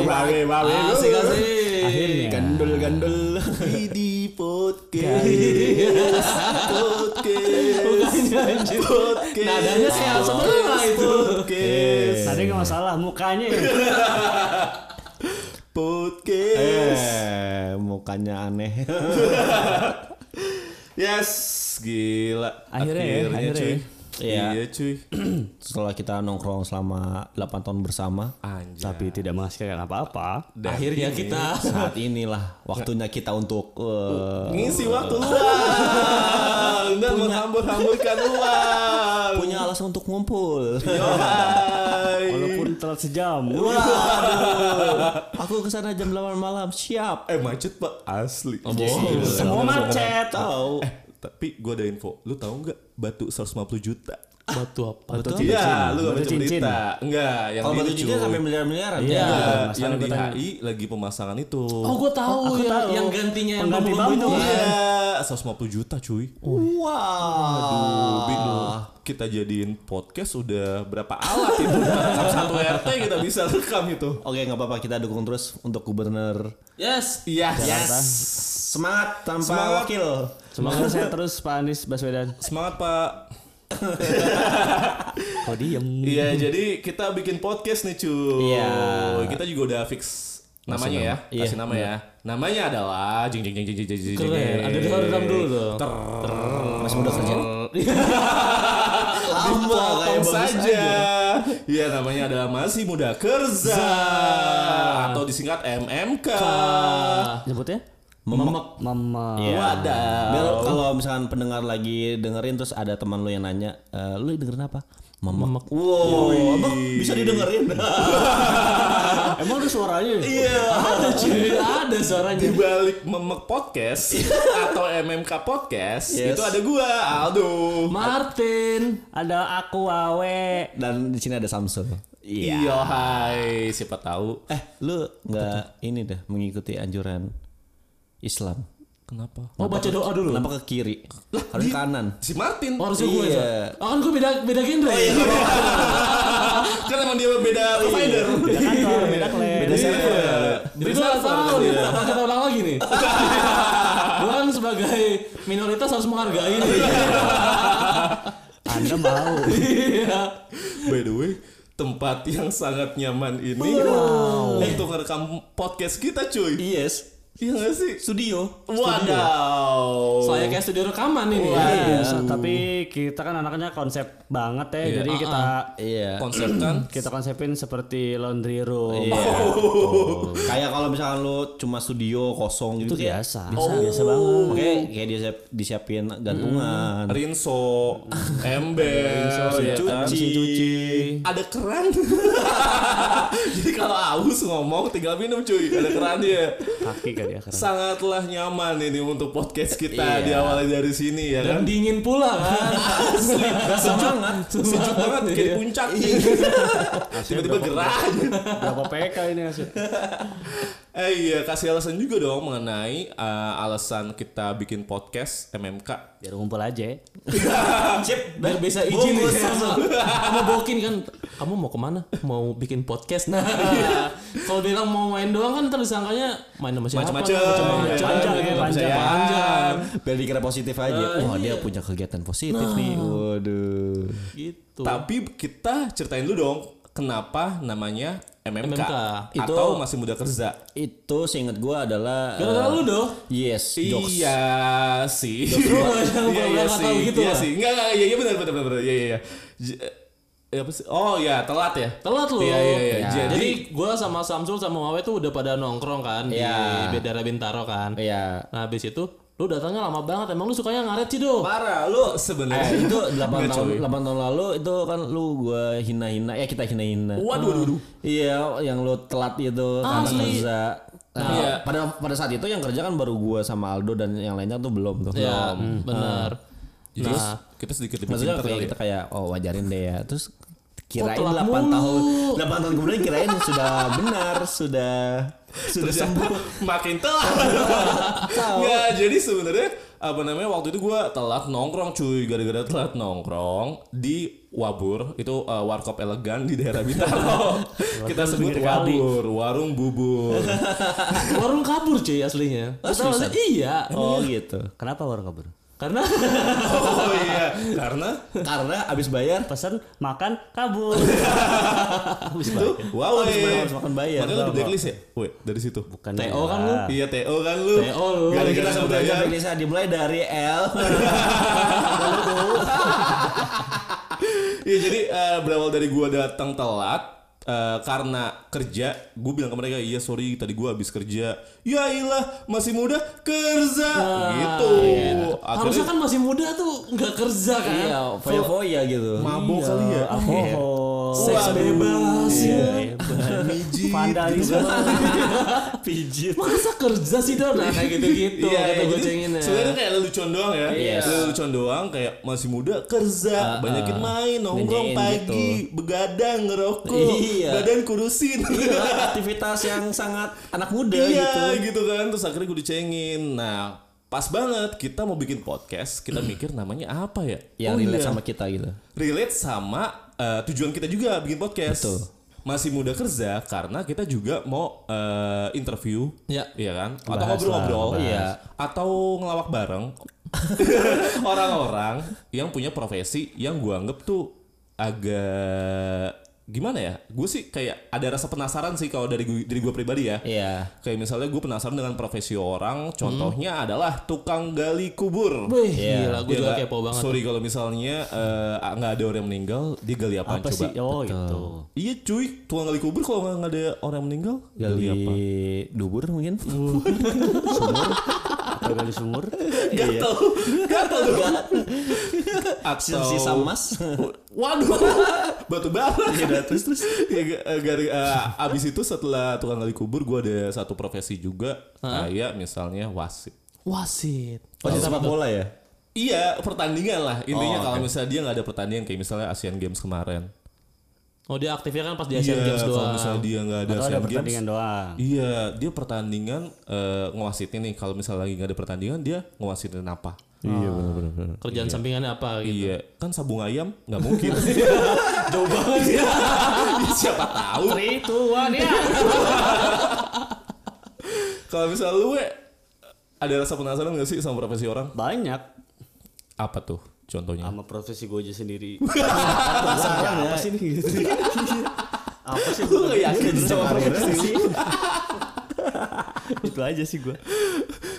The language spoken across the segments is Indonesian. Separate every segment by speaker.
Speaker 1: Bawe, bawe.
Speaker 2: Asik asik.
Speaker 1: Iya.
Speaker 3: Akhirnya.
Speaker 1: Gandul, gandul. Di podcast. Podcast.
Speaker 2: Bukannya anjir.
Speaker 1: Podcast.
Speaker 2: Nadanya kayak semua itu.
Speaker 1: Podcast.
Speaker 3: Tadi nggak masalah mukanya.
Speaker 1: Podcast.
Speaker 3: Eh, mukanya aneh.
Speaker 1: Yes, gila.
Speaker 3: Akhirnya ya, akhirnya
Speaker 1: cuy.
Speaker 3: ya.
Speaker 1: Iya cuy.
Speaker 3: Setelah kita nongkrong selama 8 tahun bersama,
Speaker 1: Anjay.
Speaker 3: tapi tidak menghasilkan apa-apa.
Speaker 2: Akhirnya kita
Speaker 3: Saat inilah waktunya kita untuk eh,
Speaker 1: ngisi waktu luang dan menghambur-hamburkan luang.
Speaker 3: punya alasan untuk ngumpul.
Speaker 1: Yoi.
Speaker 2: Iya.
Speaker 3: Walaupun telat sejam. aku kesana jam 8 malam. Siap.
Speaker 1: eh macet pak asli.
Speaker 2: bohong.
Speaker 3: Oh, Semua macet.
Speaker 1: Tahu. Eh, tapi gue ada info. Lu tahu nggak batu 150 juta?
Speaker 2: batu apa?
Speaker 3: Betul.
Speaker 1: Iya, lu gak
Speaker 3: Batu
Speaker 1: baca
Speaker 3: cincin.
Speaker 1: berita. Enggak, yang
Speaker 3: Kalau
Speaker 1: di
Speaker 3: batu
Speaker 1: ini,
Speaker 3: cincin
Speaker 1: cuy.
Speaker 3: sampai miliar-miliaran.
Speaker 1: Iya,
Speaker 3: Mas
Speaker 1: yang
Speaker 3: Fani
Speaker 1: di
Speaker 3: bertanya.
Speaker 1: HI lagi pemasangan itu.
Speaker 2: Oh, gue tahu,
Speaker 3: Aku
Speaker 2: yang,
Speaker 3: tahu.
Speaker 2: yang gantinya yang
Speaker 3: Pengganti
Speaker 2: bambu-bambu
Speaker 3: bambu.
Speaker 1: Iya,
Speaker 2: itu.
Speaker 1: 150 juta cuy.
Speaker 3: Oh, iya.
Speaker 1: Aduh,
Speaker 3: Wah.
Speaker 1: bingung. Kita jadiin podcast udah berapa alat itu? Rekam satu RT kita bisa rekam itu.
Speaker 3: Oke, nggak apa-apa kita dukung terus untuk gubernur
Speaker 2: Yes.
Speaker 1: Iya.
Speaker 3: Jakarta. Semangat tanpa
Speaker 1: Semangat.
Speaker 3: wakil.
Speaker 4: Semangat saya terus Pak Anies Baswedan.
Speaker 1: Semangat Pak.
Speaker 4: Kok diem?
Speaker 1: Iya, jadi kita bikin podcast nih cuy.
Speaker 3: Gitu. Iya.
Speaker 1: Kita juga udah fix namanya ya.
Speaker 3: Iya,
Speaker 1: Kasih nama ya. Namanya adalah jing jing jing jing jing jing jing.
Speaker 2: Keren. Iya. Ada di drum dulu tuh.
Speaker 3: Masih muda kerja.
Speaker 1: Lama
Speaker 3: kayak Oh. bagus
Speaker 1: saja. Iya, namanya adalah masih muda kerja atau disingkat MMK.
Speaker 2: ya?
Speaker 4: Nyebutnya?
Speaker 3: Memek.
Speaker 4: Mama.
Speaker 3: Iya.
Speaker 1: Wadaw.
Speaker 3: Biar kalau misalkan pendengar lagi dengerin terus ada teman lu yang nanya, "Eh, lu dengerin apa? Memek. Wow, abang bisa didengerin.
Speaker 4: Emang ada suaranya?
Speaker 1: Iya.
Speaker 2: Ada cuy, ada suaranya.
Speaker 1: Di balik memek podcast atau MMK podcast
Speaker 3: Yes.
Speaker 1: itu ada gua Aldo.
Speaker 2: Martin.
Speaker 4: Ada aku Awe.
Speaker 3: Dan di sini ada Samsul.
Speaker 1: Iya, hai. Siapa tahu.
Speaker 3: Eh, lu nggak ini dah mengikuti anjuran Islam.
Speaker 1: Kenapa?
Speaker 2: Oh baca doa dulu.
Speaker 3: Kenapa ke kiri? Harus
Speaker 1: di-
Speaker 3: kanan.
Speaker 1: Si Martin.
Speaker 2: Oh, harusnya gue
Speaker 3: Iya.
Speaker 2: ya. Oh, kan gue beda beda genre. ya?
Speaker 1: kan emang dia beda provider.
Speaker 4: Beda kantor, beda klan.
Speaker 3: Beda
Speaker 1: Iya.
Speaker 3: server.
Speaker 2: Jadi gue gak tau nih, apa kita ulang lagi nih Gue kan sebagai minoritas harus menghargai nih
Speaker 4: Anda mau.
Speaker 2: Iya
Speaker 1: By the way, tempat yang sangat nyaman ini untuk ngerekam podcast kita cuy.
Speaker 3: Yes.
Speaker 1: Iya gak sih?
Speaker 3: Studio.
Speaker 1: Wadaw.
Speaker 2: Saya kayak studio rekaman ini
Speaker 4: Iya, so- tapi kita kan anaknya konsep banget ya. Jadi kita
Speaker 3: Iya.
Speaker 1: konsep kan.
Speaker 4: kita konsepin seperti laundry room.
Speaker 3: Iya. Oh. Kayak kalau misalkan lu cuma studio kosong gitu
Speaker 4: Itu
Speaker 3: kayak-
Speaker 4: biasa. Oh.
Speaker 3: Biasa, biasa banget. Kayak kayak disiap- disiapin gantungan.
Speaker 1: Rinso, ember, ya kan?
Speaker 3: cuci.
Speaker 1: ada keran. Jadi kalau haus ngomong tinggal minum cuy, ada keran dia.
Speaker 4: Kaki kali ya karena.
Speaker 1: Sangatlah nyaman ini untuk podcast kita diawali dari sini ya kan.
Speaker 2: Dan dingin pula kan iya. Asli, sejuk
Speaker 1: Sejuk banget kayak di puncak Iya. Nah, Tiba-tiba gerah aja.
Speaker 4: Berapa PK ini hasil?
Speaker 1: Eh iya kasih alasan juga dong mengenai eh, alasan kita bikin podcast MMK
Speaker 4: Biar ngumpul aja.
Speaker 2: Biar bisa izin nih Kamu bokin kan Kamu mau kemana? Mau bikin podcast? Nah Kalau bilang mau main doang kan terus sangkanya Main sama siapa?
Speaker 1: macam-macam
Speaker 2: Macam-macam
Speaker 1: ya,
Speaker 4: Panjang ya,
Speaker 1: bikin
Speaker 4: panjang.
Speaker 1: kepercayaan.
Speaker 2: Panjang.
Speaker 3: Biar dikira positif aja. Wah, dia punya kegiatan positif nih. Waduh.
Speaker 2: Gitu
Speaker 1: Tapi kita ceritain dulu dong kenapa namanya MMK,
Speaker 2: MMK.
Speaker 1: atau
Speaker 3: Itu-
Speaker 1: masih muda kerja.
Speaker 3: Itu seingat gua adalah
Speaker 2: Gara-gara
Speaker 3: eh,
Speaker 2: lu doh
Speaker 3: Yes, jokes.
Speaker 1: Iya sih.
Speaker 2: Lu jangan
Speaker 1: Iya iya
Speaker 2: pura-pura nggak
Speaker 1: sih.
Speaker 2: tahu gitu
Speaker 1: Iya
Speaker 2: lah.
Speaker 1: sih. Enggak enggak iya iya benar benar benar. Iya iya iya. J- eh, apa sih? Oh ya telat ya.
Speaker 2: Telat lu.
Speaker 1: Iya iya iya.
Speaker 2: Ya.
Speaker 1: Jadi,
Speaker 2: Jadi, gua sama Samsul sama Wawe tuh udah pada nongkrong kan
Speaker 3: Iya.
Speaker 2: di Bedara Bintaro kan.
Speaker 3: Iya.
Speaker 2: Nah, habis itu lu datangnya lama banget. Emang lu sukanya ngaret sih, Do?
Speaker 1: parah lu sebenarnya.
Speaker 3: Eh, itu 8
Speaker 1: Nggak,
Speaker 3: tahun
Speaker 1: cuy.
Speaker 3: 8 tahun lalu itu kan lu gua hina-hina ya kita hina-hina.
Speaker 1: Waduh waduh waduh.
Speaker 3: Iya, yang lu telat itu karena
Speaker 2: Asli.
Speaker 3: kerja. Nah,
Speaker 1: Iya.
Speaker 3: pada pada saat itu yang kerja kan baru gua sama Aldo dan yang lainnya tuh belum tuh.
Speaker 2: Ya,
Speaker 1: Hmm.
Speaker 2: benar.
Speaker 1: Terus Nah, kita sedikit lebih
Speaker 3: Maksudnya
Speaker 1: pintar
Speaker 3: kayak
Speaker 1: kali ya.
Speaker 3: kita kayak oh wajarin deh ya. Terus Kirain
Speaker 2: Oh, telat
Speaker 3: 8
Speaker 2: mulu.
Speaker 3: tahun 8 tahun kemudian kirain sudah benar Sudah Sudah sembuh
Speaker 1: makin telat. Nggak, jadi sebenarnya apa namanya waktu itu gue telat nongkrong cuy gara-gara telat nongkrong di Wabur itu eh, warkop elegan di daerah Bintaro kita sebut
Speaker 2: pinggir kali.
Speaker 1: Wabur warung bubur
Speaker 2: Warung kabur cuy aslinya.
Speaker 3: Oh,
Speaker 2: Betul,
Speaker 3: seriusan?
Speaker 2: Iya.
Speaker 3: Oh gitu
Speaker 4: Kenapa warung kabur?
Speaker 2: Karena
Speaker 1: oh iya karena
Speaker 3: Karena abis bayar
Speaker 4: Pesan makan kabur.
Speaker 1: itu
Speaker 3: Abis bayar
Speaker 1: Huawei
Speaker 3: harus makan bayar
Speaker 1: makanya lu
Speaker 3: Bang.
Speaker 1: di blacklist ya weh dari situ
Speaker 4: Bukan
Speaker 3: ya.
Speaker 2: TO kan
Speaker 3: Nah.
Speaker 2: lu?
Speaker 1: iya TO kan lu Iya.
Speaker 2: TO lu.
Speaker 1: gara-gara
Speaker 3: Kita
Speaker 1: sebut
Speaker 3: sebutnya
Speaker 1: aja
Speaker 3: Indonesia dimulai dari L
Speaker 1: Iya jadi eh, berawal dari gua datang telat eh, karena kerja, gue bilang ke mereka, iya sorry tadi gua habis kerja. Ya ilah masih muda kerja
Speaker 3: Nah,
Speaker 1: gitu.
Speaker 3: Ah,
Speaker 2: harusnya
Speaker 1: Akhirnya
Speaker 2: kan masih muda tuh nggak kerja kan. Iya.
Speaker 3: Iya Foya-foya gitu iya.
Speaker 1: mabok kali ya.
Speaker 4: Alkohol.
Speaker 2: Seks
Speaker 1: Waduh. Iya,
Speaker 2: bebas ya.
Speaker 1: Mijit, gitu
Speaker 4: Vandalisme.
Speaker 1: kan.
Speaker 3: Pijit
Speaker 2: Masa kerja sih tuh nah kayak gitu-gitu
Speaker 1: Iya,
Speaker 2: kata
Speaker 1: iya, jadi
Speaker 2: gocengin ya.
Speaker 1: sebenarnya kayak lelucon doang ya,
Speaker 3: Iya.
Speaker 1: lelucon doang kayak masih muda kerja, banyakin main, nongkrong
Speaker 3: Ngerjain
Speaker 1: pagi, begadang, ngerokok,
Speaker 3: Iya.
Speaker 1: badan kurusin.
Speaker 3: Nah, Aktivitas yang sangat anak muda gitu
Speaker 1: Iya gitu. kan Terus akhirnya gue dicengin Nah pas banget kita mau bikin podcast Kita mikir namanya apa ya
Speaker 3: Hmm. Yang
Speaker 1: Oh,
Speaker 3: relate
Speaker 1: iya.
Speaker 3: sama kita gitu
Speaker 1: Relate sama eh, tujuan kita juga bikin podcast
Speaker 3: Betul.
Speaker 1: Masih muda kerja Karena kita juga mau eh, interview
Speaker 2: Ya.
Speaker 1: Iya kan Atau
Speaker 3: Bahas
Speaker 1: ngobrol-ngobrol
Speaker 3: lah, bahas.
Speaker 1: Iya. Atau ngelawak bareng Orang-orang yang punya profesi Yang gue anggap tuh agak gimana ya gue sih kayak ada rasa penasaran sih kalau dari gue dari gue pribadi ya
Speaker 3: Iya
Speaker 1: Kayak misalnya gue penasaran dengan profesi orang, contohnya adalah tukang gali kubur.
Speaker 2: Wih,
Speaker 3: Iya.
Speaker 2: gila gue
Speaker 1: Iya
Speaker 2: juga
Speaker 1: nggak?
Speaker 2: kepo banget.
Speaker 1: Sorry kalau misalnya eh, nggak ada orang yang meninggal, dia gali apa
Speaker 4: Apa
Speaker 1: coba?
Speaker 4: sih? Oh itu.
Speaker 1: Iya cuy, tukang gali kubur kalau nggak nggak ada orang yang meninggal, gali,
Speaker 3: Gali
Speaker 1: apa? Iya.
Speaker 3: dubur mungkin
Speaker 4: Atau gali sumur.
Speaker 1: Gatel, gatel dong. Atau
Speaker 3: Sisa emas
Speaker 1: Waduh, batu bara. Iya, terus terus. eh, abis itu setelah tukang gali kubur, gue ada satu profesi juga, kayak misalnya wasit.
Speaker 2: Wasit.
Speaker 1: Oh,
Speaker 3: Pasti sepak bola ya
Speaker 1: Iya pertandingan lah intinya
Speaker 3: Oh,
Speaker 1: kalau
Speaker 3: oke.
Speaker 1: misalnya dia nggak ada pertandingan kayak misalnya Asian Games kemarin.
Speaker 2: Oh dia aktifnya kan pas di Asian
Speaker 1: iya,
Speaker 2: Games
Speaker 1: kalau
Speaker 2: doang.
Speaker 1: misalnya dia nggak ada
Speaker 4: Atau
Speaker 1: Asian
Speaker 4: ada
Speaker 1: Games.
Speaker 4: pertandingan doang.
Speaker 1: Iya dia pertandingan eh, ngewasitin nih kalau misalnya lagi nggak ada pertandingan dia ngewasitin apa?
Speaker 3: Iya benar-benar
Speaker 2: Kerjaan sampingannya apa gitu.
Speaker 1: Iya kan sabung ayam nggak mungkin. Jauh banget ya. Siapa tahu.
Speaker 4: Rituan ya.
Speaker 1: Kalau misalnya lu We, ada rasa penasaran nggak sih sama profesi orang?
Speaker 4: Banyak
Speaker 1: Apa tuh contohnya?
Speaker 4: sama profesi gue aja sendiri.
Speaker 3: Penasaran ya
Speaker 4: Apa sih ini? Apa sih?
Speaker 1: Lu nggak yakin sama profesi lu?
Speaker 4: Itu aja sih gue.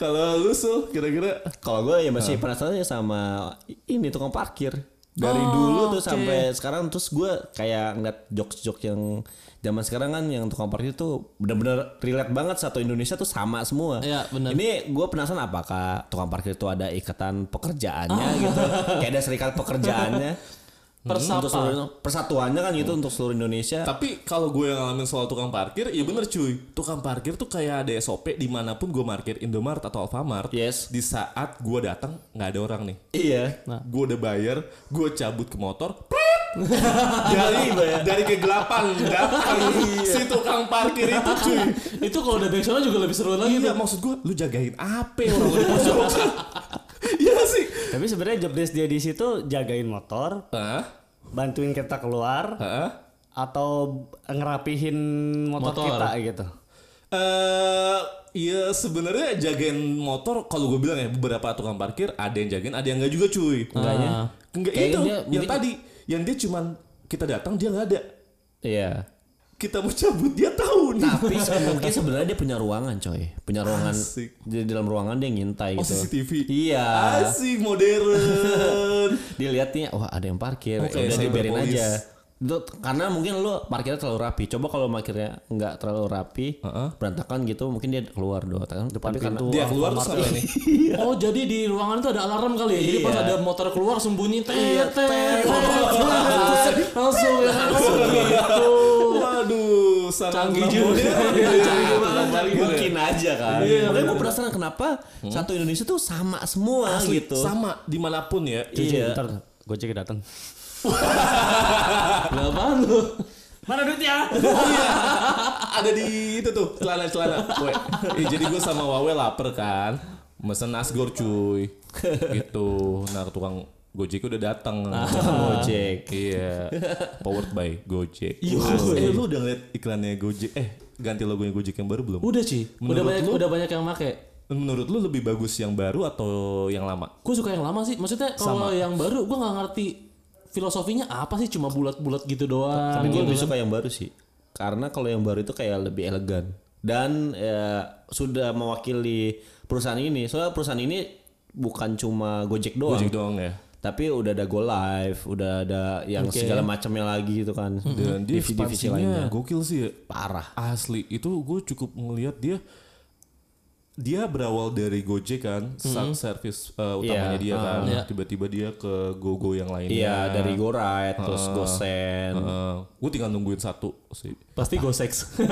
Speaker 1: Kalau lu Sul, kira-kira
Speaker 3: Kalau gue ya masih penasaran ya sama ini tukang parkir. Dari dulu tuh sampai sekarang terus gue kayak ngeliat jokes-jokes yang zaman sekarang kan yang tukang parkir tuh bener-bener relate banget satu Indonesia tuh sama semua.
Speaker 2: Iya, bener.
Speaker 3: Ini gue penasaran apakah tukang parkir itu ada ikatan pekerjaannya gitu. Kayak ada serikat pekerjaannya.
Speaker 2: Persapa.
Speaker 3: Untuk seluruh- persatuannya kan gitu untuk seluruh Indonesia.
Speaker 1: Tapi kalau gue yang ngalamin soal tukang parkir, ya bener cuy. Tukang parkir tuh kayak ada SOP dimanapun gue parkir Indomart atau Alfamart.
Speaker 3: Yes.
Speaker 1: Di saat gue datang nggak ada orang nih.
Speaker 3: Iya.
Speaker 1: Gue udah bayar, gue cabut ke motor. prit! dari dari kegelapan datang si tukang parkir itu cuy.
Speaker 2: Itu kalau udah back soundnya juga lebih seru lagi
Speaker 1: Iya
Speaker 2: tuh.
Speaker 1: maksud gue, lu jagain apa orang lu di pojokan? Iya nggak sih.
Speaker 4: Tapi sebenarnya job desk dia di situ jagain motor,
Speaker 1: Hah?
Speaker 4: bantuin kita keluar,
Speaker 1: Hah?
Speaker 4: atau ngerapihin motor,
Speaker 2: Motor.
Speaker 4: kita gitu.
Speaker 1: Eh, Iya sebenarnya jagain motor kalau gue bilang ya beberapa tukang parkir ada yang jagain ada yang enggak juga cuy.
Speaker 2: Enggaknya.
Speaker 1: Enggak
Speaker 3: Kayaknya
Speaker 1: itu
Speaker 3: dia
Speaker 1: yang
Speaker 3: mungkin-
Speaker 1: tadi yang dia cuman kita datang dia nggak ada.
Speaker 3: Iya.
Speaker 1: Kita mau cabut dia tahu nih.
Speaker 3: Tapi se- mungkin sebenarnya dia punya ruangan coy. Punya ruangan.
Speaker 1: Asik.
Speaker 3: Di dalam ruangan dia ngintai
Speaker 1: Oh
Speaker 3: gitu.
Speaker 1: CCTV.
Speaker 3: Iya.
Speaker 1: Asik modern.
Speaker 3: dilihatnya wah ada yang parkir
Speaker 1: Oke,
Speaker 3: ya udah
Speaker 1: cyber
Speaker 3: dibiarin
Speaker 1: police.
Speaker 3: aja itu karena mungkin lu parkirnya terlalu rapi coba kalau parkirnya nggak terlalu rapi berantakan gitu mungkin dia keluar doang depan pintu
Speaker 1: dia keluar terus apa nih?
Speaker 2: Oh jadi di ruangan itu ada alarm kali ya. Jadi pas
Speaker 1: Iya.
Speaker 2: ada motor keluar langsung bunyi tet
Speaker 3: Iya,
Speaker 2: tet tet, tet. langsung ya langsung gitu.
Speaker 1: Waduh, sangat
Speaker 2: Canggih
Speaker 1: lama
Speaker 2: juga.
Speaker 1: modern.
Speaker 2: Iya, canggih
Speaker 3: mungkin aja kan Hmm? makanya gue penasaran kenapa satu Indonesia tuh sama semua
Speaker 1: Asli,
Speaker 3: gitu
Speaker 1: Sama dimanapun ya.
Speaker 3: Iya.
Speaker 4: Ntar Gojek datang.
Speaker 2: Gak apaan lu?
Speaker 4: Mana duitnya?
Speaker 1: Iya. ada di itu tuh celana-celana. Weh. Eh, jadi gue sama Wawe lapar kan. Mesen asgor cuy. Gitu. Nah tukang Gojek udah datang. Ah.
Speaker 3: Oh, Gojek.
Speaker 1: Iya. Powered by Gojek.
Speaker 2: Yo.
Speaker 1: Eh lu udah ngeliat iklannya Gojek? Eh ganti logonya Gojek yang baru belum?
Speaker 2: Udah sih.
Speaker 1: Menurut
Speaker 2: Udah banyak
Speaker 1: lu?
Speaker 2: udah banyak yang make.
Speaker 1: Menurut lu lebih bagus yang baru atau yang lama?
Speaker 2: Gue suka yang lama sih. Maksudnya
Speaker 1: Sama.
Speaker 2: kalau yang baru gue nggak ngerti filosofinya apa sih cuma bulat-bulat gitu doang.
Speaker 3: Tapi gue
Speaker 2: Gitu
Speaker 3: lebih
Speaker 2: kan.
Speaker 3: suka yang baru sih. Karena kalau yang baru itu kayak lebih elegan dan ya, sudah mewakili perusahaan ini. Soalnya perusahaan ini bukan cuma Gojek doang.
Speaker 1: Gojek doang ya.
Speaker 3: Tapi udah ada Go Live, udah ada yang segala macamnya lagi gitu kan.
Speaker 1: Dan dia
Speaker 3: Divisi-divisi
Speaker 1: ekspansinya gokil sih ya.
Speaker 3: Parah.
Speaker 1: Asli itu gue cukup ngelihat dia dia berawal dari Gojek kan, saat service eh, utamanya
Speaker 3: Iya,
Speaker 1: dia kan.
Speaker 2: iya.
Speaker 1: Tiba-tiba dia ke GoGo yang lainnya. Eh,
Speaker 3: Iya, dari Go Ride, terus Gosen.
Speaker 1: Ah. gue tinggal nungguin satu sih.
Speaker 2: Pasti go sex.